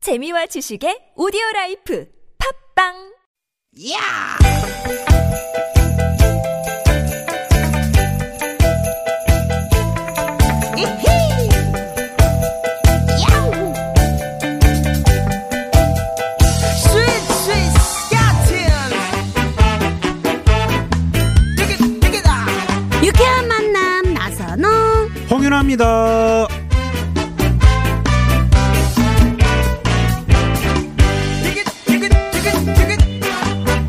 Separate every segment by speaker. Speaker 1: 재미와 지식의 오디오 라이프 팝빵
Speaker 2: 야! 이히! 야우! 스윗 스윗 스카틴! 띠깃 띠깃아!
Speaker 3: 유쾌한 만남 나선호
Speaker 4: 홍윤아입니다.
Speaker 2: 띠깃 띠깃 띠깃 띠깃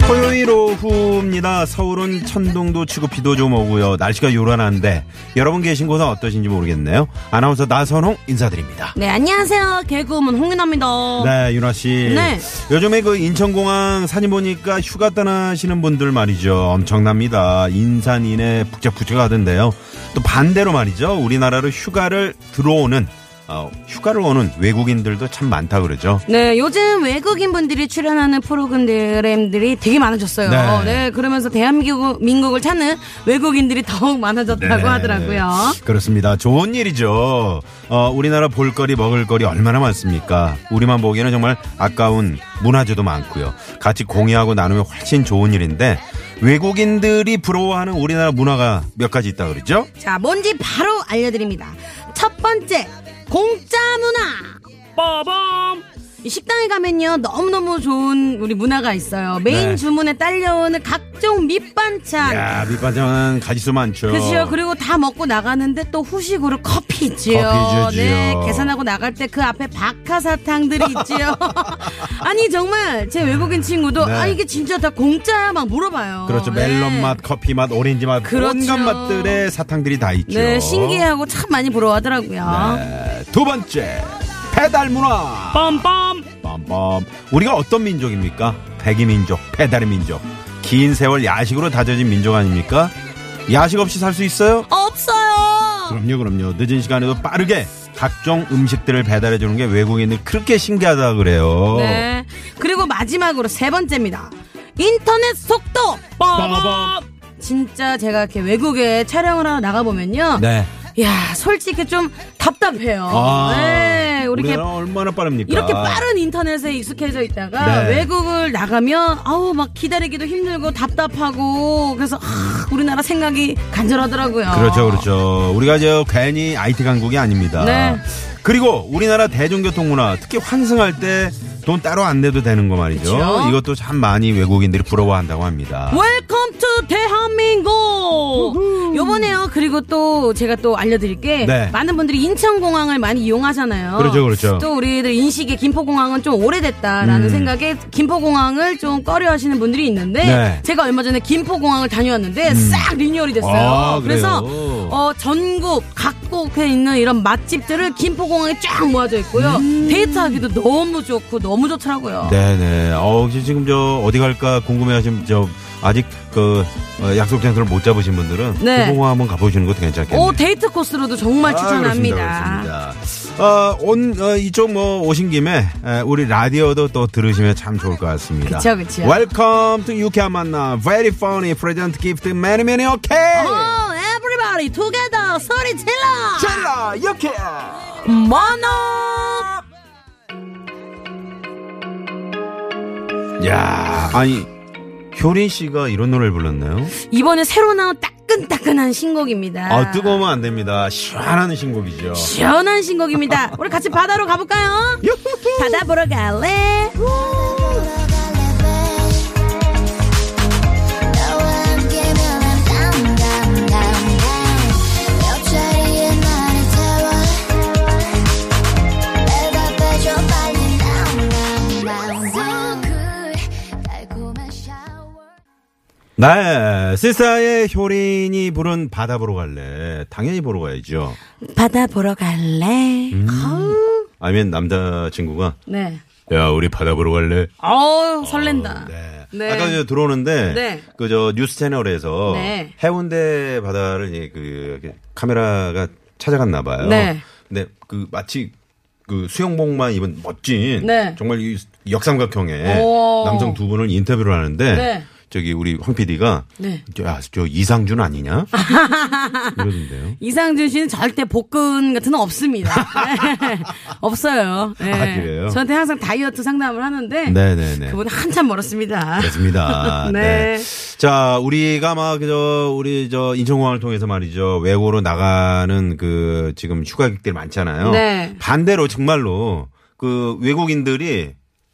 Speaker 4: 토요일 오후입니다. 서울은 천둥도 치고 비도 좀 오고요. 날씨가 요란한데 여러분 계신 곳은 어떠신지 모르겠네요. 아나운서 나선홍 인사드립니다.
Speaker 3: 네 안녕하세요 개그우먼 홍윤아입니다
Speaker 4: 네, 윤아 씨.
Speaker 3: 네.
Speaker 4: 요즘에 그 인천공항 사진 보니까 휴가 떠나시는 분들 말이죠. 엄청납니다. 인산인해 북적북적 하던데요. 또 반대로 말이죠. 우리나라로 휴가를 들어오는, 어, 휴가를 오는 외국인들도 참 많다 그러죠.
Speaker 3: 네, 요즘 외국인 분들이 출연하는 프로그램들이 되게 많아졌어요
Speaker 4: 네.
Speaker 3: 네, 그러면서 대한민국을 찾는 외국인들이 더욱 많아졌다고
Speaker 4: 네.
Speaker 3: 하더라고요
Speaker 4: 그렇습니다. 좋은 일이죠. 어, 우리나라 볼거리, 먹을거리 얼마나 많습니까? 우리만 보기에는 정말 아까운 문화재도 많고요. 같이 공유하고 나누면 훨씬 좋은 일인데 외국인들이 부러워하는 우리나라 문화가 몇 가지 있다 그러죠?
Speaker 3: 자 뭔지 바로 알려드립니다 첫 번째 공짜 문화 빠밤 이 식당에 가면요 너무너무 좋은 우리 문화가 있어요 메인
Speaker 4: 네.
Speaker 3: 주문에 딸려오는 각종 밑반찬
Speaker 4: 야, 밑반찬은 가지수 많죠.
Speaker 3: 아, 네. 그렇죠. 그리고 다 먹고 나가는데 또 후식으로 커피 있지요.
Speaker 4: 커피 주지요.
Speaker 3: 네, 계산하고 나갈 때 그 앞에 박하사탕들이 있지요. 아니 정말 제 외국인 친구도
Speaker 4: 네.
Speaker 3: 아 이게 진짜 다 공짜야 막 물어봐요.
Speaker 4: 그렇죠.
Speaker 3: 네.
Speaker 4: 멜론 맛, 커피 맛, 오렌지 맛,
Speaker 3: 그렇죠.
Speaker 4: 온갖 맛들의 사탕들이 다 있죠.
Speaker 3: 네, 신기하고 참 많이 부러워하더라고요.
Speaker 4: 네, 두 번째, 배달 문화.
Speaker 3: 빰빰.
Speaker 4: 빰빰. 우리가 어떤 민족입니까? 백이민족, 배달의 민족. 긴 세월 야식으로 다져진 민족 아닙니까? 야식 없이 살 수 있어요?
Speaker 3: 없어요.
Speaker 4: 그럼요, 그럼요. 늦은 시간에도 빠르게 각종 음식들을 배달해 주는 게 외국인들 그렇게 신기하다 그래요.
Speaker 3: 네. 그리고 마지막으로 세 번째입니다. 인터넷 속도.
Speaker 4: 빰빰.
Speaker 3: 진짜 제가 이렇게 외국에 촬영을 하러 나가보면요.
Speaker 4: 네.
Speaker 3: 야, 솔직히 좀 답답해요.
Speaker 4: 아,
Speaker 3: 네, 우리 이렇게
Speaker 4: 우리나라 얼마나 빠릅니까?
Speaker 3: 이렇게 빠른 인터넷에 익숙해져 있다가
Speaker 4: 네.
Speaker 3: 외국을 나가면 아우 막 기다리기도 힘들고 답답하고 그래서 아, 우리나라 생각이 간절하더라고요.
Speaker 4: 그렇죠, 그렇죠. 우리가 저 괜히 IT 강국이 아닙니다.
Speaker 3: 네.
Speaker 4: 그리고 우리나라 대중교통 문화, 특히 환승할 때 돈 따로 안 내도 되는 거 말이죠.
Speaker 3: 그쵸?
Speaker 4: 이것도 참 많이 외국인들이 부러워한다고 합니다.
Speaker 3: 웰컴 투 대한민국. 요번에요. 그리고 또 제가 또 알려드릴 게
Speaker 4: 네.
Speaker 3: 많은 분들이 인천공항을 많이 이용하잖아요.
Speaker 4: 그렇죠, 그렇죠. 음.
Speaker 3: 또 우리들 인식에 김포공항은 좀 오래됐다라는 생각에 김포공항을 좀 꺼려하시는 분들이 있는데
Speaker 4: 네. 음.
Speaker 3: 제가 얼마 전에 김포공항을 다녀왔는데 싹 리뉴얼이 됐어요.
Speaker 4: 아,
Speaker 3: 그래서
Speaker 4: 그래요?
Speaker 3: 어, 전국 각국에 있는 이런 맛집들을 김포공항에 쫙 모아져 있고요. 데이트하기도 너무 좋고 너무 좋더라고요.
Speaker 4: 음. 네네. 어, 혹시 지금 저 어디 갈까 궁금해하신 저 아직 그 어, 약속 장소를 못 잡으신 분들은
Speaker 3: 네.
Speaker 4: 공항 한번 가보시는 것도 괜찮겠네요.
Speaker 3: 오 데이트 코스로도 정말
Speaker 4: 아,
Speaker 3: 추천합니다.
Speaker 4: 그렇습니다, 그렇습니다. 어, 온, 어, 이쪽 뭐 오신 김에 에, 우리 라디오도 또 들으시면 참 좋을 것 같습니다.
Speaker 3: 그쵸, 그쵸.
Speaker 4: Welcome to 유쾌한 만남. Very funny. Present gift. Many, many, okay.
Speaker 3: 오, everybody together 소리 질러.
Speaker 4: 젤라, 유쾌.
Speaker 3: 만화.
Speaker 4: 야 아니. 효린 씨가 이런 노래를 불렀나요?
Speaker 3: 이번에 새로 나온 따끈따끈한 신곡입니다.
Speaker 4: 아, 뜨거우면 안 됩니다. 시원한 신곡이죠.
Speaker 3: 시원한 신곡입니다. 우리 같이 바다로 가볼까요? 바다 보러 갈래?
Speaker 5: 너와 함께면 I'm down down down down 옆자리에 나를 태워 내가 빼줘 빨리 down down down down 그 달콤한 샤워
Speaker 4: 네, 시사의 효린이 부른 바다 보러 갈래. 당연히 보러 가야죠. 음.
Speaker 3: 바다 보러 갈래? 아우.
Speaker 4: 아니면 남자친구가,
Speaker 3: 네.
Speaker 4: 야, 우리 바다 보러 갈래?
Speaker 3: 어우, 설렌다.
Speaker 4: 네.
Speaker 3: 네.
Speaker 4: 아까 저 들어오는데,
Speaker 3: 네.
Speaker 4: 그 저 뉴스 채널에서
Speaker 3: 네.
Speaker 4: 해운대 바다를 이제 그 이렇게 카메라가 찾아갔나 봐요.
Speaker 3: 네.
Speaker 4: 근데 그 마치 그 수영복만 입은 멋진
Speaker 3: 네.
Speaker 4: 정말 이 역삼각형의
Speaker 3: 오.
Speaker 4: 남성 두 분을 인터뷰를 하는데
Speaker 3: 네.
Speaker 4: 저기 우리 황 PD가
Speaker 3: 네.
Speaker 4: 야, 저 이상준 아니냐? 이러던데요.
Speaker 3: 이상준 씨는 절대 복근 같은 건 없습니다. 네. 없어요. 네.
Speaker 4: 아, 그래요?
Speaker 3: 저한테 항상 다이어트 상담을 하는데
Speaker 4: 네네네.
Speaker 3: 그분 한참 멀었습니다.
Speaker 4: 그렇습니다.
Speaker 3: 네.
Speaker 4: 네. 자, 우리가 막, 저, 우리, 저, 인천공항을 통해서 말이죠. 외고로 나가는 그, 지금 휴가객들 많잖아요.
Speaker 3: 네.
Speaker 4: 반대로 정말로 그 외국인들이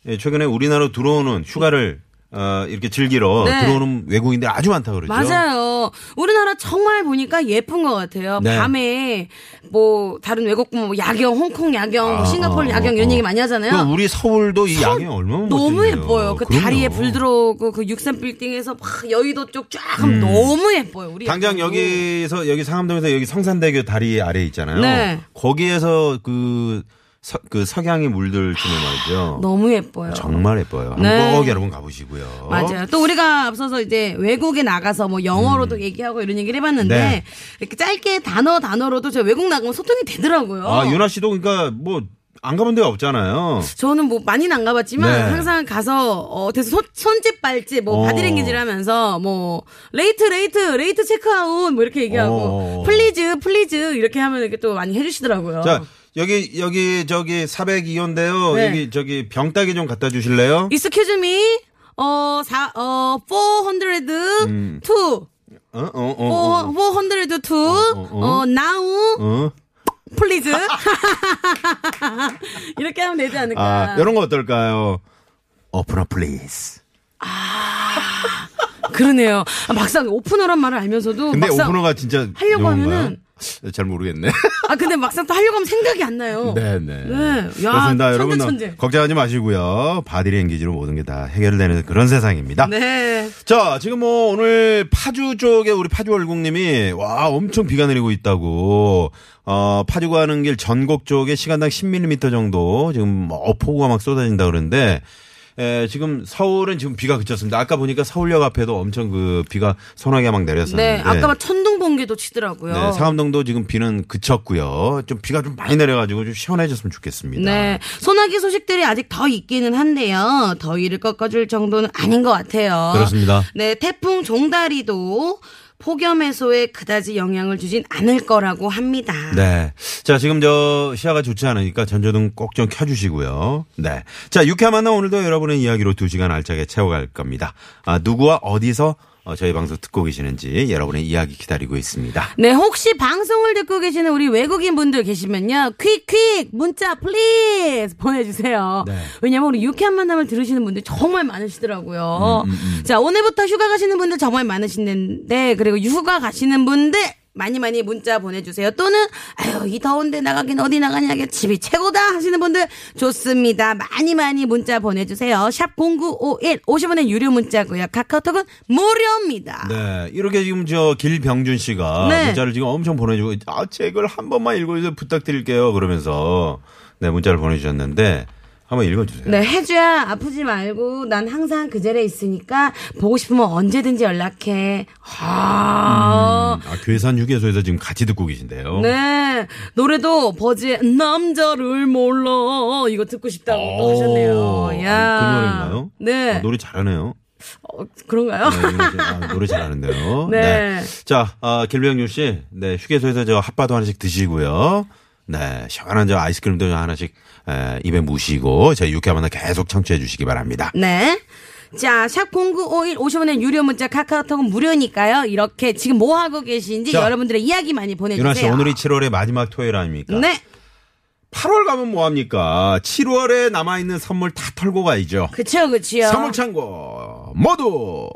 Speaker 4: 예, 최근에 우리나라로 들어오는 휴가를 어, 이렇게 즐기러
Speaker 3: 네.
Speaker 4: 들어오는 외국인들 아주 많다 그러죠.
Speaker 3: 맞아요. 우리나라 정말 보니까 예쁜 것 같아요.
Speaker 4: 네.
Speaker 3: 밤에 뭐 다른 외국 뭐 야경, 홍콩 야경, 뭐
Speaker 4: 아,
Speaker 3: 싱가포르
Speaker 4: 어,
Speaker 3: 야경
Speaker 4: 어,
Speaker 3: 이런
Speaker 4: 어.
Speaker 3: 얘기 많이 하잖아요.
Speaker 4: 그 우리 서울도 이 양이 얼마나
Speaker 3: 너무
Speaker 4: 멋진데요.
Speaker 3: 예뻐요. 그
Speaker 4: 그럼요.
Speaker 3: 다리에 불 들어오고 그 육삼 빌딩에서 막 여의도 쪽 쫙 하면 너무 예뻐요. 우리
Speaker 4: 음. 당장
Speaker 3: 예뻐요.
Speaker 4: 여기서 여기 상암동에서 여기 성산대교 다리 아래 있잖아요.
Speaker 3: 네.
Speaker 4: 거기에서 그, 서, 그 석양이 물들 쯤에 말이죠.
Speaker 3: 너무 예뻐요.
Speaker 4: 아, 정말 예뻐요.
Speaker 3: 네.
Speaker 4: 한번 꼭 여러분 가보시고요.
Speaker 3: 맞아요. 또 우리가 앞서서 이제 외국에 나가서 뭐 영어로도 얘기하고 이런 얘기를 해봤는데
Speaker 4: 음. 네.
Speaker 3: 이렇게 짧게 단어 단어로도 제가 외국 나가면 소통이 되더라고요.
Speaker 4: 아, 윤아 씨도 그러니까 뭐 안 가본 데가 없잖아요.
Speaker 3: 저는 뭐 많이는 안 가봤지만
Speaker 4: 네.
Speaker 3: 항상 가서 어 대서 손, 손짓 발짓 뭐
Speaker 4: 어.
Speaker 3: 바디랭귀지를 하면서 뭐 레이트 레이트 레이트 체크아웃 뭐 이렇게 얘기하고
Speaker 4: 어.
Speaker 3: 플리즈 플리즈 이렇게 하면 이렇게 또 많이 해주시더라고요.
Speaker 4: 자, 여기, 여기, 저기 402호인데요.
Speaker 3: 네.
Speaker 4: 여기, 저기 병따개 좀 갖다 주실래요?
Speaker 3: Excuse me. 어, 사, 어, 400, 2, 400,
Speaker 4: 어, 어, 어. 어.
Speaker 3: 400, 2, 어, now,
Speaker 4: 어?
Speaker 3: 플리즈. 이렇게 하면 되지 않을까.
Speaker 4: 아, 이런 거 어떨까요? 오픈업 플리즈.
Speaker 3: 그러네요. 아, 막상 오프너란 말을 알면서도.
Speaker 4: 근데
Speaker 3: 막상
Speaker 4: 오픈어가 진짜
Speaker 3: 하려고
Speaker 4: 좋은가요?
Speaker 3: 하면은-
Speaker 4: 잘 모르겠네.
Speaker 3: 아, 근데 막상 또 하려고 하면 생각이 안 나요.
Speaker 4: 네네.
Speaker 3: 어. 네. 야,
Speaker 4: 그렇습니다.
Speaker 3: 천재,
Speaker 4: 여러분
Speaker 3: 천재.
Speaker 4: 걱정하지 마시고요. 바디랭귀지로 모든 게 다 해결되는 그런 세상입니다.
Speaker 3: 네.
Speaker 4: 자, 지금 뭐 오늘 파주 쪽에 우리 파주 월국님이 와 엄청 비가 내리고 있다고 어 파주 가는 길 전곡 쪽에 시간당 10mm 정도 지금 뭐 어포구가 막 쏟아진다 그러는데 에, 지금 서울은 지금 비가 그쳤습니다. 아까 보니까 서울역 앞에도 엄청 그 비가 소나기가 막 내렸었는데.
Speaker 3: 네. 아까 막 천둥 번개도 치더라고요.
Speaker 4: 네, 상암동도 지금 비는 그쳤고요. 좀 비가 좀 많이 내려가지고 좀 시원해졌으면 좋겠습니다.
Speaker 3: 네.
Speaker 4: 아.
Speaker 3: 소나기 소식들이 아직 더 있기는 한데요. 더위를 꺾어줄 정도는 아닌 것 같아요.
Speaker 4: 그렇습니다.
Speaker 3: 네. 태풍 종다리도 폭염 해소에 그다지 영향을 주진 않을 거라고 합니다.
Speaker 4: 네. 자, 지금 저 시야가 좋지 않으니까 전조등 꼭 좀 켜주시고요. 네. 자, 유쾌한 만남 오늘도 여러분의 이야기로 두 시간 알차게 채워갈 겁니다. 아, 누구와 어디서 어, 저희 방송 듣고 계시는지 여러분의 이야기 기다리고 있습니다.
Speaker 3: 네, 혹시 방송을 듣고 계시는 우리 외국인 분들 계시면요. 퀵퀵 문자 플리즈 보내 주세요.
Speaker 4: 네.
Speaker 3: 왜냐면 우리 유쾌한 만남을 들으시는 분들 정말 많으시더라고요. 자, 오늘부터 휴가 가시는 분들 정말 많으시는데 그리고 휴가 가시는 분들 많이 많이 문자 보내주세요. 또는 아유 이 더운데 나가긴 어디 나가냐 게 집이 최고다 하시는 분들 좋습니다. 많이 많이 문자 보내주세요. 샵 #0951 50원의 유료 문자고요. 카카오톡은 무료입니다.
Speaker 4: 네. 이렇게 지금 저 길병준 씨가
Speaker 3: 네.
Speaker 4: 문자를 지금 엄청 보내주고, 아, 책을 한 번만 읽어주세요. 부탁드릴게요. 그러면서, 네, 문자를 보내주셨는데, 한번 읽어주세요.
Speaker 3: 네, 혜주야, 아프지 말고, 난 항상 그 자리에 있으니까, 보고 싶으면 언제든지 연락해. 아.
Speaker 4: 아, 괴산 휴게소에서 지금 같이 듣고 계신데요.
Speaker 3: 네. 노래도 버즈의 남자를 몰라. 이거 듣고 싶다고 어, 또 하셨네요. 야.
Speaker 4: 어, 그 노래인가요?
Speaker 3: 네.
Speaker 4: 아, 노래 잘하네요.
Speaker 3: 어, 그런가요?
Speaker 4: 네, 이거 이제, 아, 노래 잘하는데요.
Speaker 3: 네.
Speaker 4: 네. 자, 아, 길병률 씨, 네, 휴게소에서 저 핫바도 하나씩 드시고요. 네, 시원한 저 아이스크림도 저 하나씩 에, 입에 무시고 저희 유쾌한 만남 계속 청취해 주시기 바랍니다.
Speaker 3: 네. 자, 샵0951 50원의 유료 문자 카카오톡은 무료니까요. 이렇게 지금 뭐 하고 계신지
Speaker 4: 자.
Speaker 3: 여러분들의 이야기 많이 보내주세요.
Speaker 4: 윤아 씨, 오늘이 7월의 마지막 토요일 아닙니까?
Speaker 3: 네.
Speaker 4: 8월 가면 뭐합니까? 7월에 남아있는 선물 다 털고 가야죠.
Speaker 3: 그쵸, 그쵸.
Speaker 4: 선물 창고 모두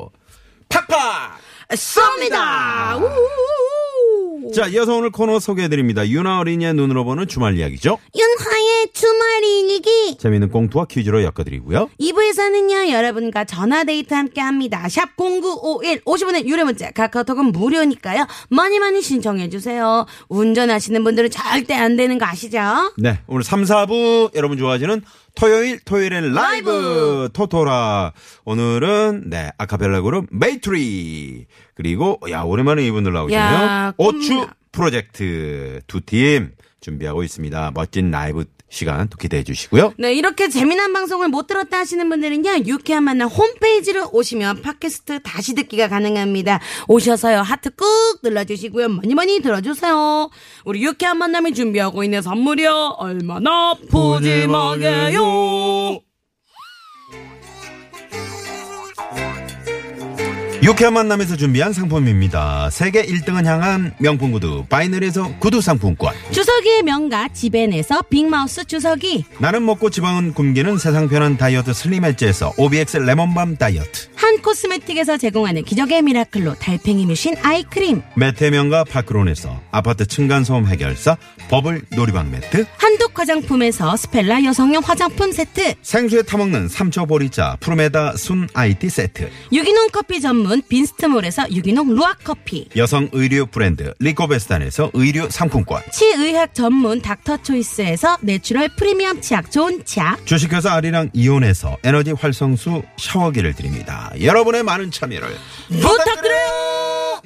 Speaker 4: 팍팍!
Speaker 3: 쏩니다! 우우우우.
Speaker 4: 자, 이어서 오늘 코너 소개해드립니다. 유나 어린이의 눈으로 보는 주말 이야기죠.
Speaker 3: 윤하의 주말 일기
Speaker 4: 재미있는 꽁투와 퀴즈로 엮어드리고요.
Speaker 3: 2부에서는요 여러분과 전화데이트 함께합니다 샵 0951 50원의 유료 문자 카카오톡은 무료니까요 많이 많이 신청해주세요 운전하시는 분들은 절대 안 되는 거 아시죠?
Speaker 4: 네, 오늘 3, 4부 여러분 좋아하시는 토요일 토요일엔 라이브,
Speaker 3: 라이브!
Speaker 4: 토토라 오늘은 네 아카펠라 그룹 메이트리 그리고 야 오랜만에 이분들
Speaker 3: 야,
Speaker 4: 나오시네요
Speaker 3: 꿈이다.
Speaker 4: 오추 프로젝트 두 팀 준비하고 있습니다 멋진 라이브 시간 또 기대해 주시고요.
Speaker 3: 네, 이렇게 재미난 방송을 못 들었다 하시는 분들은요, 유쾌한 만남 홈페이지로 오시면 팟캐스트 다시 듣기가 가능합니다. 오셔서요, 하트 꾹 눌러주시고요, 많이 많이 들어주세요. 우리 유쾌한 만남이 준비하고 있는 선물이요, 얼마나 푸짐하게요.
Speaker 4: 유쾌한 만남에서 준비한 상품입니다. 세계 1등을 향한 명품 구두 바이널에서 구두 상품권.
Speaker 3: 주석이의 명가 지벤에서 빅마우스 주석이,
Speaker 4: 나는 먹고 지방은 굶기는 세상 편한 다이어트 슬림 엣지에서 오비엑스 레몬밤 다이어트.
Speaker 3: 한 코스메틱에서 제공하는 기적의 미라클로 달팽이 뮤신 아이크림,
Speaker 4: 매태명과 파크론에서 아파트 층간소음 해결사 버블 놀이방 매트.
Speaker 3: 한독 화장품에서 스펠라 여성용 화장품 세트,
Speaker 4: 생수에 타먹는 삼초 보리차 푸르메다 순 IT 세트.
Speaker 3: 유기농 커피 전문 빈스트몰에서 유기농 루아 커피.
Speaker 4: 여성 의류 브랜드 리코베스탄에서 의류 상품권.
Speaker 3: 치의학 전문 닥터초이스에서 내추럴 프리미엄 치약 좋은 치약
Speaker 4: 주식회사 아리랑 이온에서 에너지 활성수 샤워기를 드립니다. 여러분의 많은 참여를
Speaker 3: 부탁드려요.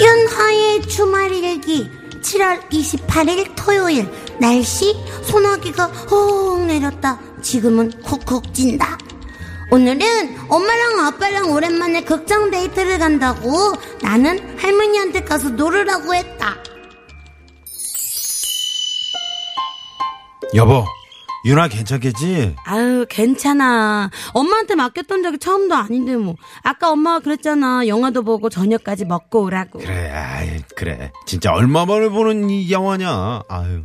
Speaker 6: 윤하의 주말일기 7월 28일 토요일 날씨 소나기가 호우 내렸다 지금은 쿡쿡 찐다 오늘은 엄마랑 아빠랑 오랜만에 그 극장 데이트를 간다고 나는 할머니한테 가서 놀으라고 했다
Speaker 4: 여보, 윤아 괜찮겠지?
Speaker 3: 아유 괜찮아 엄마한테 맡겼던 적이 처음도 아닌데 뭐 아까 엄마가 그랬잖아 영화도 보고 저녁까지 먹고 오라고
Speaker 4: 그래, 아이, 그래. 진짜 얼마 만에 보는 이 영화냐? 아유.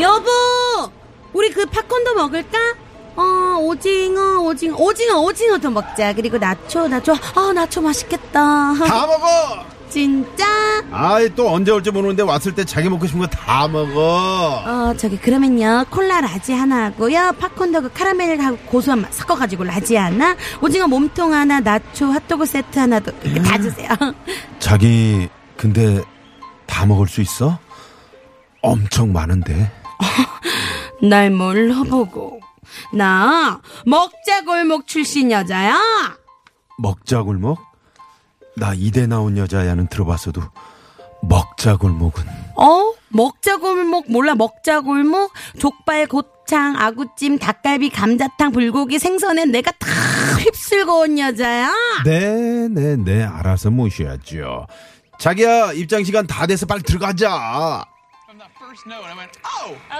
Speaker 3: 여보 우리 그 팝콘도 먹을까? 어 오징어 오징어 오징어 오징어도 먹자 그리고 나초 나초 아 나초 맛있겠다
Speaker 4: 다 먹어!
Speaker 3: 진짜
Speaker 4: 아이, 또 언제 올지 모르는데 왔을 때 자기 먹고 싶은 거 다 먹어.
Speaker 3: 어, 저기 그러면요. 콜라 라지 하나 하고요. 팝콘도그 카라멜하고 고소한 맛 섞어 가지고 라지 하나, 오징어 몸통 하나, 나초 핫도그 세트 하나 도 이렇게 다 주세요.
Speaker 4: 음. 자기, 근데 다 먹을 수 있어? 엄청 많은데.
Speaker 3: 날 몰라보고. 나 먹자골목 출신 여자야.
Speaker 4: 먹자골목? 나 이대 나온 여자야는 들어봤어도 먹자골목은
Speaker 3: 어? 먹자골목 몰라 먹자골목 족발 고창 아구찜 닭갈비 감자탕 불고기 생선엔 내가 다 휩쓸고 온 여자야.
Speaker 4: 네네네 알아서 모셔야죠 자기야 입장 시간 다 돼서 빨리 들어가자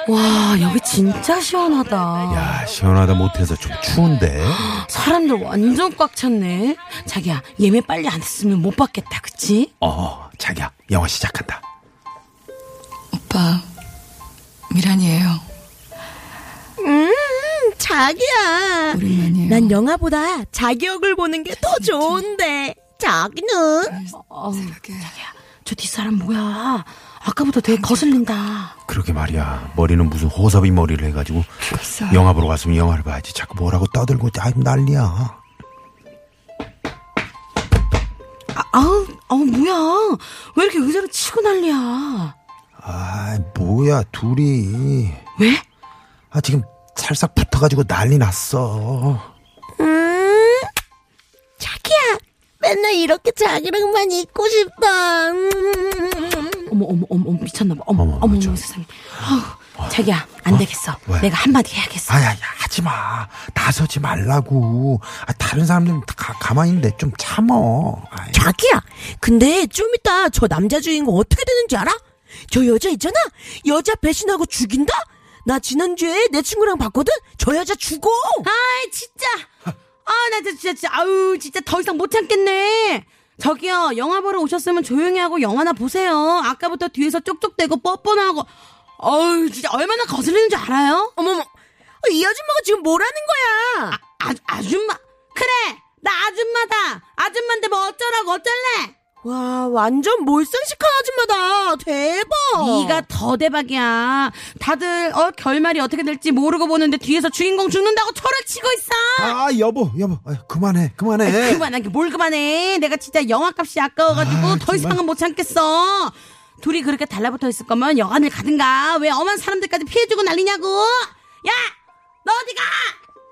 Speaker 3: 와 여기 진짜 시원하다.
Speaker 4: 야 시원하다 못해서 좀 추운데
Speaker 3: 사람들 완전 꽉 찼네. 자기야, 예매 빨리 안 했으면 못 받겠다, 그치?
Speaker 4: 어 자기야 영화 시작한다
Speaker 7: 오빠 미란이에요.
Speaker 8: 자기야.
Speaker 7: 오랜만이에요.
Speaker 8: 난 영화보다 자기 역을 보는 게 더 좋은데. 자기는?
Speaker 7: 생각해.
Speaker 3: 저 뒷사람 뭐야? 아까부터 되게 거슬린다.
Speaker 4: 그러게 말이야 머리는 무슨 호섭이 머리를 해가지고
Speaker 7: 죽었어.
Speaker 4: 영화 보러 갔으면 영화를 봐야지 자꾸 뭐라고 떠들고 아 난리야
Speaker 3: 아, 아우, 아우, 뭐야. 왜 이렇게 의자를 치고 난리야.
Speaker 4: 아 뭐야 둘이
Speaker 3: 왜?
Speaker 4: 아 지금 살짝 붙어가지고 난리 났어
Speaker 8: 자기야. 맨날 이렇게 자기랑만 있고 싶다. 음.
Speaker 3: 어머, 어머, 어머, 어머, 미쳤나봐. 어머,
Speaker 4: 어머,
Speaker 3: 어머, 어머,
Speaker 4: 저-
Speaker 3: 세상에. 아우, 자기야, 안 되겠어.
Speaker 4: 왜?
Speaker 3: 내가 한마디 해야겠어.
Speaker 4: 아야, 야, 하지 마. 나서지 말라고. 아, 다른 사람들은 다 가만히 있는데 좀 참어. 아이,
Speaker 8: 자기야. 근데 좀 이따 저 남자 주인공 어떻게 되는지 알아? 저 여자 있잖아. 여자 배신하고 죽인다? 나 지난주에 내 친구랑 봤거든? 저 여자 죽어!
Speaker 3: 아이, 진짜. 아, 나 진짜, 진짜, 아우, 진짜 더 이상 못 참겠네. 저기요, 영화 보러 오셨으면 조용히 하고 영화나 보세요. 아까부터 뒤에서 쪽쪽대고 뻔뻔하고. 어우, 진짜 얼마나 거슬리는 줄 알아요?
Speaker 8: 어머머. 이 아줌마가 지금 뭐라는 거야?
Speaker 3: 아, 아줌마. 그래! 나 아줌마다! 아줌마인데 뭐 어쩌라고 어쩔래!
Speaker 8: 와, 완전 몰상식한 아줌마다.
Speaker 4: 어.
Speaker 8: 대박.
Speaker 3: 네가 더 대박이야. 다들 어 결말이 어떻게 될지 모르고 보는데 뒤에서 주인공 죽는다고 초를 치고 있어.
Speaker 4: 아, 여보, 여보. 아유, 그만해, 그만해.
Speaker 3: 그만한 게 뭘 그만해. 내가 진짜 영화값이 아까워가지고
Speaker 4: 아,
Speaker 3: 더
Speaker 4: 정말.
Speaker 3: 이상은 못 참겠어. 둘이 그렇게 달라붙어 있을 거면 여관을 가든가 왜 엄한 사람들까지 피해주고 난리냐고 야 너 어디가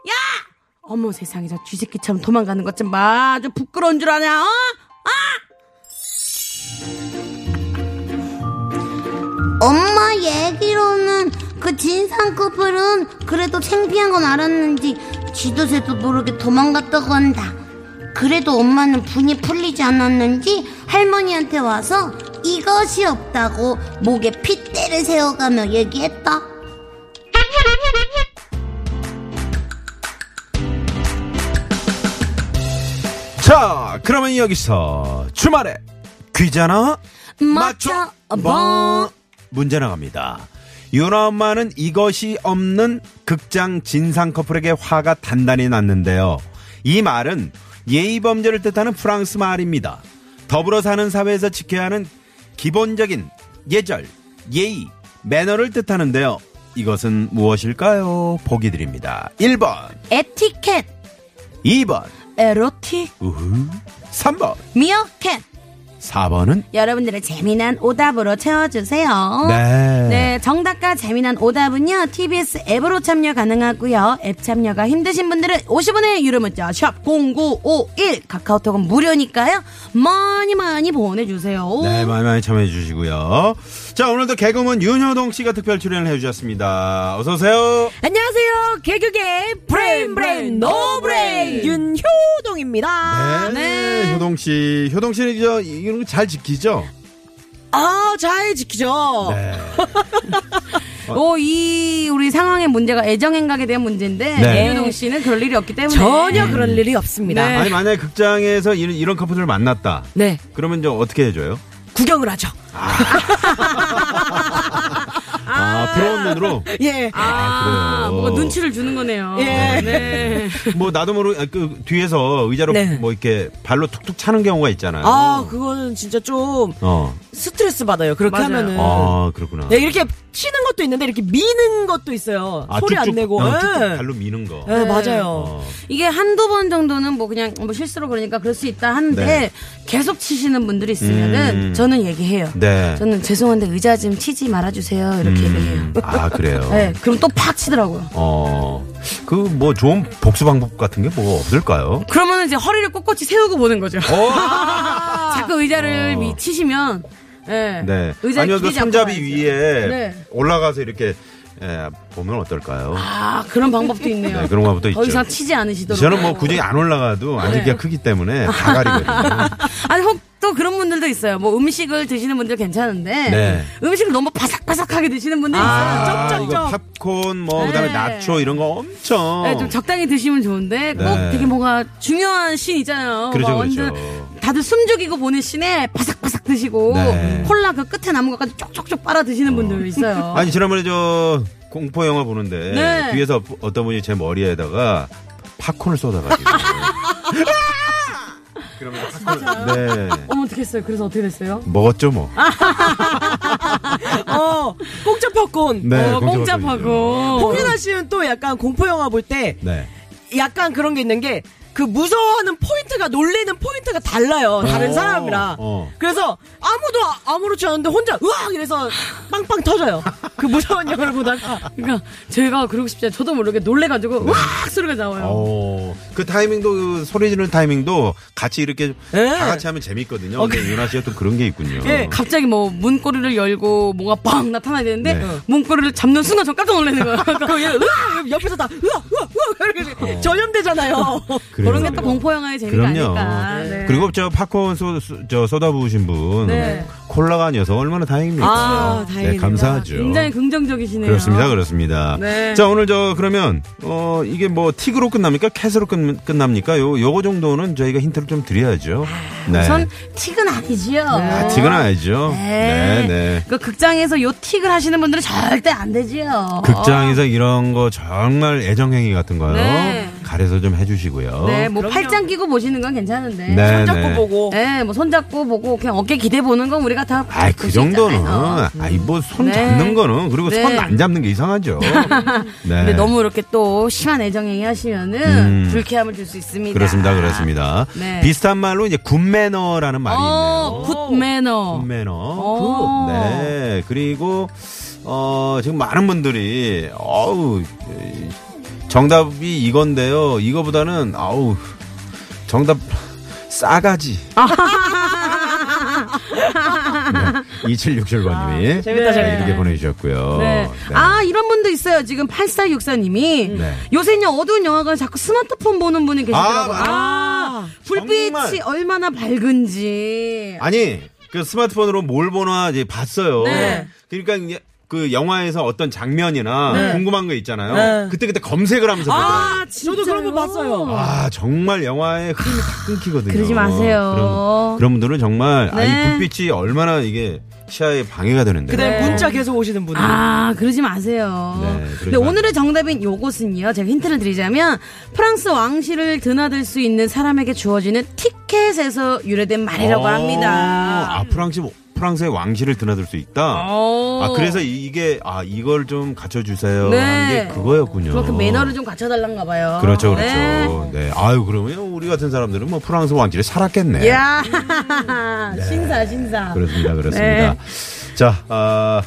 Speaker 3: 야 어머 세상에 저 쥐새끼처럼 도망가는 것 좀 봐 좀 부끄러운 줄 아냐 어?
Speaker 6: 엄마 얘기로는 그 진상 커플은 그래도 창피한 건 알았는지 지도새도 모르게 도망갔다고 한다. 그래도 엄마는 분이 풀리지 않았는지 할머니한테 와서 이것이 없다고 목에 핏대를 세워가며 얘기했다.
Speaker 4: 자, 그러면 여기서 주말에 귀잖아
Speaker 6: 맞춰 봐.
Speaker 4: 뭐? 문제 나갑니다. 유나 엄마는 이것이 없는 극장 진상 커플에게 화가 단단히 났는데요. 이 말은 예의 범죄를 뜻하는 프랑스 말입니다. 더불어 사는 사회에서 지켜야 하는 기본적인 예절, 예의, 매너를 뜻하는데요. 이것은 무엇일까요? 보기 드립니다. 1번,
Speaker 3: 에티켓
Speaker 4: 2번,
Speaker 3: 에로틱
Speaker 4: 우후, 3번,
Speaker 3: 미어캣
Speaker 4: 4번은
Speaker 3: 여러분들의 재미난 오답으로 채워주세요.
Speaker 4: 네.
Speaker 3: 네, 정답과 재미난 오답은요, TBS 앱으로 참여 가능하고요. 앱 참여가 힘드신 분들은 50원의 유료 문자, 샵0951, 카카오톡은 무료니까요. 많이 많이 보내주세요.
Speaker 4: 네, 많이 많이 참여해 주시고요. 자, 오늘도 개그맨 윤효동 씨가 특별 출연을 해 주셨습니다. 어서 오세요.
Speaker 8: 안녕하세요. 개그계 브레인 브레인 노 브레인 윤효동입니다.
Speaker 4: 네, 효동 씨. 효동 씨는 저 이런 거 잘 지키죠?
Speaker 8: 아, 잘 지키죠.
Speaker 4: 네.
Speaker 3: 오, 어, 이, 우리 상황의 문제가 애정행각에 대한 문제인데,
Speaker 4: 네.
Speaker 3: 이윤동 씨는 그럴 일이 없기 때문에.
Speaker 8: 전혀 그럴 일이 없습니다.
Speaker 4: 아니, 만약에 극장에서 이런, 이런 커플을 만났다.
Speaker 8: 네.
Speaker 4: 그러면 이제 어떻게 해줘요?
Speaker 8: 구경을 하죠.
Speaker 4: 아, 부러운 눈으로?
Speaker 8: 예.
Speaker 4: 아,
Speaker 3: 아,
Speaker 4: 그래요.
Speaker 3: 뭔가 눈치를 주는 거네요.
Speaker 8: 예.
Speaker 3: 네.
Speaker 4: 뭐, 나도 모르게 그 뒤에서 의자로
Speaker 8: 네.
Speaker 4: 뭐 이렇게 발로 툭툭 차는 경우가 있잖아요.
Speaker 8: 아, 그거는 진짜 좀
Speaker 4: 어.
Speaker 8: 스트레스 받아요. 그렇게
Speaker 3: 맞아요.
Speaker 8: 하면은.
Speaker 4: 아, 그렇구나.
Speaker 8: 네, 이렇게 치는 것도 있는데 이렇게 미는 것도 있어요.
Speaker 4: 아,
Speaker 8: 소리 안
Speaker 4: 툭툭,
Speaker 8: 내고.
Speaker 4: 어,
Speaker 8: 예.
Speaker 4: 툭툭 발로 미는 거.
Speaker 8: 예, 맞아요.
Speaker 4: 어.
Speaker 3: 이게 한두 번 정도는 뭐 그냥 뭐 실수로 그러니까 그럴 수 있다 하는데
Speaker 4: 네.
Speaker 3: 계속 치시는 분들이 있으면은
Speaker 4: 음.
Speaker 3: 저는 얘기해요.
Speaker 4: 네.
Speaker 3: 저는 죄송한데 의자 좀 치지 말아주세요. 이렇게 얘기해요.
Speaker 4: 음, 아, 그래요?
Speaker 3: 네, 그럼 또 팍 치더라고요.
Speaker 4: 어, 그 뭐 좋은 복수 방법 같은 게 뭐 없을까요?
Speaker 3: 그러면은 이제 허리를 꼿꼿이 세우고 보는 거죠. 자꾸 의자를
Speaker 4: 어.
Speaker 3: 미- 치시면 예.
Speaker 4: 네.
Speaker 3: 의자에
Speaker 4: 아니면 그
Speaker 3: 기대지 않고
Speaker 4: 손잡이
Speaker 3: 가야죠.
Speaker 4: 위에
Speaker 3: 네.
Speaker 4: 올라가서 이렇게 예, 보면 어떨까요?
Speaker 3: 아 그런 방법도 있네요.
Speaker 4: 네, 그런 방법도
Speaker 3: 더
Speaker 4: 있죠.
Speaker 3: 이상 치지 않으시도록.
Speaker 4: 저는 뭐 굳이 안 올라가도
Speaker 3: 네.
Speaker 4: 앉기가 크기 때문에 다 가리거든요.
Speaker 3: 아니 혹 또 그런 분들도 있어요. 뭐 음식을 드시는 분들 괜찮은데
Speaker 4: 네.
Speaker 3: 음식을 너무 바삭바삭하게 드시는 분들 이 있어요.
Speaker 4: 아,
Speaker 8: 쩝쩝쩝.
Speaker 4: 이거 팝콘 뭐 그다음에
Speaker 3: 네.
Speaker 4: 나초 이런 거 엄청
Speaker 3: 네, 좀 적당히 드시면 좋은데 꼭
Speaker 4: 어. 네.
Speaker 3: 되게 뭔가 중요한 씬 있잖아요.
Speaker 4: 그렇죠,
Speaker 3: 막
Speaker 4: 그렇죠.
Speaker 3: 완전 다들 숨죽이고 보는 씬에 바삭바삭 드시고
Speaker 4: 네.
Speaker 3: 콜라 그 끝에 남은 것까지 쪽쪽쪽 빨아 드시는 분들 있어요.
Speaker 4: 아니 지난번에 저 공포 영화 보는데
Speaker 3: 네.
Speaker 4: 뒤에서 어떤 분이 제 머리에다가 팝콘을 쏟아가지고 그러면 팝콘 네
Speaker 3: 어머 어떻게 했어요? 그래서 어떻게 됐어요?
Speaker 4: 먹었죠 뭐.
Speaker 8: 어, 공짜 팝콘.
Speaker 4: 네,
Speaker 3: 어,
Speaker 4: 공짜
Speaker 3: 꽁짜하고
Speaker 8: 홍윤아 씨는 또 약간 공포 영화 볼 때
Speaker 4: 네.
Speaker 8: 약간 그런 게 있는 게 그 무서워하는 포인트가 놀래는 포인트가 달라요 다른
Speaker 4: 어,
Speaker 8: 사람이랑
Speaker 4: 어.
Speaker 8: 그래서 아무도 아무렇지 않은데 혼자 으악 이래서 빵빵 터져요 그 무서운 영화를 보다가
Speaker 3: 그러니까 제가 그러고 싶지 않아요. 저도 모르게 놀래가지고 왁 소리가 나와요.
Speaker 4: 네. 어, 그 타이밍도 그 소리 지르는 타이밍도 같이 이렇게
Speaker 8: 예.
Speaker 4: 다 같이 하면 재밌거든요.
Speaker 3: 어,
Speaker 4: 근데 유나 씨가 또 그런 게 있군요.
Speaker 8: 예,
Speaker 3: 갑자기 뭐 문고리를 열고 뭔가 빵 나타나야 되는데
Speaker 4: 네.
Speaker 3: 문고리를 잡는 순간 저 깜짝 놀라는 거예요.
Speaker 8: 그 얘, 으악 옆에서 다 으악 으악 으악 이렇게
Speaker 4: 어.
Speaker 8: 전염되잖아요
Speaker 4: 그래요,
Speaker 3: 그런 게 또
Speaker 4: 그래요.
Speaker 3: 공포 영화의 재미가
Speaker 4: 그럼요.
Speaker 3: 아닐까. 네.
Speaker 4: 그리고 저 팝콘 쏟, 저 쏟아부으신 분
Speaker 3: 네.
Speaker 4: 콜라가 아니어서 얼마나 다행입니까?
Speaker 8: 아,
Speaker 4: 네,
Speaker 8: 다행이네요.
Speaker 4: 감사하죠.
Speaker 3: 굉장히 긍정적이시네요.
Speaker 4: 그렇습니다, 그렇습니다.
Speaker 3: 네.
Speaker 4: 자, 오늘 저 그러면 어 이게 뭐 틱으로 끝납니까, 캣으로 끝, 끝납니까? 요 요거 정도는 저희가 힌트를 좀 드려야죠. 네.
Speaker 3: 아, 우선 틱은 아니지요.
Speaker 4: 아, 틱은 알죠.
Speaker 3: 네.
Speaker 4: 네, 네.
Speaker 3: 그 극장에서 요 틱을 하시는 분들은 절대 안 되지요.
Speaker 4: 어. 극장에서 이런 거 정말 애정행위 같은 거요.
Speaker 3: 네.
Speaker 4: 가려서 좀 해주시고요.
Speaker 3: 네, 뭐 팔짱 끼고 보시는 건 괜찮은데.
Speaker 4: 네,
Speaker 9: 잡고
Speaker 4: 네.
Speaker 9: 보고.
Speaker 3: 네, 뭐 손잡고 보고 그냥 어깨 기대 보는 건 우리가 다.
Speaker 4: 아이,
Speaker 3: 볼
Speaker 4: 그
Speaker 3: 수
Speaker 4: 정도는.
Speaker 3: 있잖아요.
Speaker 4: 아이, 뭐 손
Speaker 3: 네.
Speaker 4: 잡는 거는. 그리고
Speaker 3: 네.
Speaker 4: 손 안 잡는 게 이상하죠. 네.
Speaker 3: 근데 너무 이렇게 또 심한 애정행위 하시면은
Speaker 4: 음.
Speaker 3: 불쾌함을 줄 수 있습니다.
Speaker 4: 그렇습니다, 그렇습니다.
Speaker 3: 네.
Speaker 4: 비슷한 말로 이제 굿매너라는 말이 아, 있네요.
Speaker 3: 어, 굿매너.
Speaker 4: 굿매너.
Speaker 9: 어.
Speaker 3: 오.
Speaker 4: 네. 그리고, 어, 지금 많은 분들이, 어우, 정답이 이건데요. 이거보다는, 아우, 정답, 싸가지. 네, 2767번님이.
Speaker 9: 아,
Speaker 4: 네,
Speaker 9: 재밌다, 재밌다.
Speaker 4: 이렇게 보내주셨고요.
Speaker 3: 네.
Speaker 4: 네.
Speaker 3: 아, 이런 분도 있어요. 지금 8464님이
Speaker 4: 네.
Speaker 3: 요새는 어두운 영화관 자꾸 스마트폰 보는 분이 계시더라고요.
Speaker 4: 맞아.
Speaker 3: 아, 불빛이
Speaker 4: 정말.
Speaker 3: 얼마나
Speaker 9: 예.
Speaker 3: 밝은지.
Speaker 4: 아니 그 스마트폰으로 뭘 보나 이제 봤어요.
Speaker 3: 네.
Speaker 4: 그러니까 이제 그 영화에서 어떤 장면이나 궁금한 거 있잖아요.
Speaker 9: 네.
Speaker 4: 그때 그때 검색을 하면서 보요
Speaker 9: 아, 저도 그런 거 봤어요.
Speaker 4: 아 정말 영화의 흐름이 다 끊기거든요.
Speaker 3: 그러지 마세요.
Speaker 4: 그런, 그런 분들은 정말
Speaker 3: 네.
Speaker 4: 아이 불빛이 얼마나 이게 시야에 방해가 되는데.
Speaker 9: 그다음에
Speaker 3: 네.
Speaker 9: 문자 계속 오시는 분들.
Speaker 3: 아, 그러지 마세요.
Speaker 4: 네, 그러지
Speaker 3: 근데
Speaker 4: 마세요.
Speaker 3: 오늘의 정답인 요것은요. 제가 힌트를 드리자면 프랑스 왕실을 드나들 수 있는 사람에게 주어지는 티켓에서 유래된 말이라고
Speaker 4: 어,
Speaker 3: 합니다.
Speaker 4: 아 프랑스 프랑스의 왕실을 드나들 수 있다.
Speaker 3: 어.
Speaker 4: 아 그래서 이- 이게 아 이걸 좀 갖춰주세요.
Speaker 3: 네.
Speaker 4: 하는 게 그거였군요.
Speaker 3: 그만큼 매너를 좀 갖춰달란가 봐요.
Speaker 4: 그렇죠, 그렇죠.
Speaker 3: 네.
Speaker 4: 네. 아유, 그러면 우리 같은 사람들은 뭐 프랑스 왕실에 살았겠네. 그렇죠.
Speaker 3: 야 신사 신사.
Speaker 4: 그렇습니다, 그렇습니다.
Speaker 3: 네.
Speaker 4: 자, 아,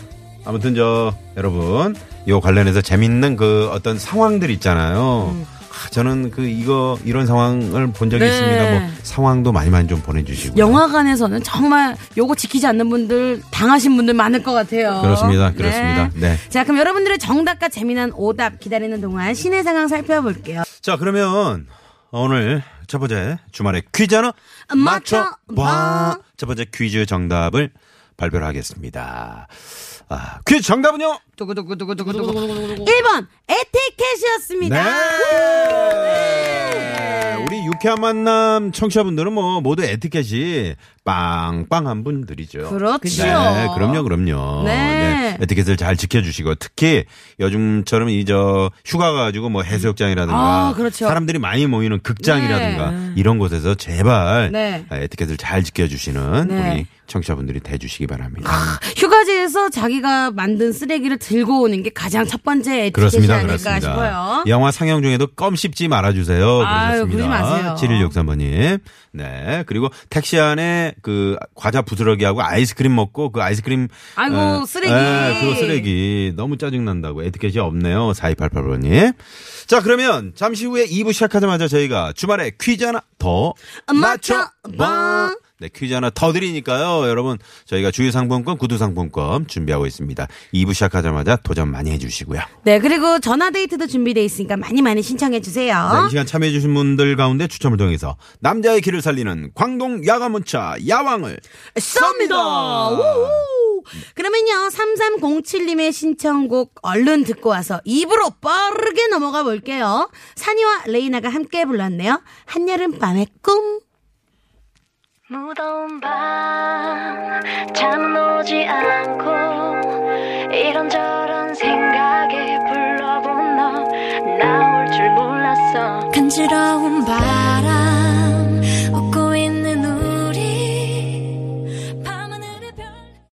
Speaker 4: 아무튼 저 여러분 요 관련해서 재밌는 그 어떤 상황들 있잖아요. 아, 저는 그 이거 이런 상황을 본 적이
Speaker 3: 음. 네.
Speaker 4: 있습니다. 뭐 상황도 많이 많이 좀 보내주시고.
Speaker 3: 영화관에서는 정말 요거 지키지 않는 분들 당하신 분들 많을 것 같아요.
Speaker 4: 그렇습니다. 그렇습니다. 네.
Speaker 3: 자 그럼 여러분들의 정답과 재미난 오답 기다리는 동안 시내 상황 살펴볼게요.
Speaker 4: 자, 그러면 오늘 첫 번째 주말에 퀴즈 하나
Speaker 3: 맞춰봐.
Speaker 4: 맞춰봐. 첫 번째 퀴즈 정답을 발표를 하겠습니다. 아, 퀴즈 정답은요?
Speaker 3: 1번 에티켓이었습니다.
Speaker 4: 네. 우리 유쾌한 만남 청취자분들은 뭐 모두 에티켓이 빵빵한 분들이죠.
Speaker 3: 그렇죠.
Speaker 4: 네, 그럼요, 그럼요.
Speaker 3: 네.
Speaker 4: 에티켓을 잘 지켜주시고 특히 요즘처럼 이 저 휴가 가지고 뭐 해수욕장이라든가
Speaker 3: 아, 그렇죠.
Speaker 4: 사람들이 많이 모이는 극장이라든가 이런 곳에서 제발
Speaker 3: 네.
Speaker 4: 에티켓을 잘 지켜주시는
Speaker 3: 네. 아,
Speaker 4: 우리 청취자분들이 돼주시기 바랍니다.
Speaker 3: 휴가지에서 자기가 만든 쓰레기를 들고 오는 게 가장 첫 번째 에티켓이
Speaker 4: 그렇습니다.
Speaker 3: 아닐까
Speaker 4: 그렇습니다.
Speaker 3: 네, 싶어요.
Speaker 4: 영화 상영 중에도 껌 씹지 말아주세요.
Speaker 3: 아유, 그러지 마세요.
Speaker 4: 7163번님. 네. 그리고 택시 안에 그 과자 부스러기하고 아이스크림 먹고 그 아이스크림.
Speaker 3: 아이고, 쓰레기.
Speaker 4: 에, 그거 쓰레기. 너무 짜증난다고. 에티켓이 없네요. 4288번님. 자, 그러면 잠시 후에 2부 시작하자마자 저희가 주말에 퀴즈 하나 더
Speaker 3: 음,
Speaker 4: 맞춰봐. 네, 퀴즈 하나 더 드리니까요. 여러분, 저희가 주유상품권, 구두상품권 준비하고 있습니다. 2부 시작하자마자 도전 많이 해주시고요.
Speaker 3: 네, 그리고 전화 데이트도 준비되어 있으니까 많이 많이 신청해 주세요.
Speaker 4: 네, 이 시간 참여해주신 분들 가운데 추첨을 통해서 남자의 길을 살리는 광동 야간문차 야왕을
Speaker 3: 쏩니다. 우후. 그러면요, 3307님의 신청곡 얼른 듣고 와서 입으로 빠르게 넘어가 볼게요. 산이와 레이나가 함께 불렀네요. 한여름 밤의 꿈.
Speaker 5: 무더운 밤 잠은 오지 않고 이런저런 생각에 불러본 너 나올 줄 몰랐어 간지러운 바람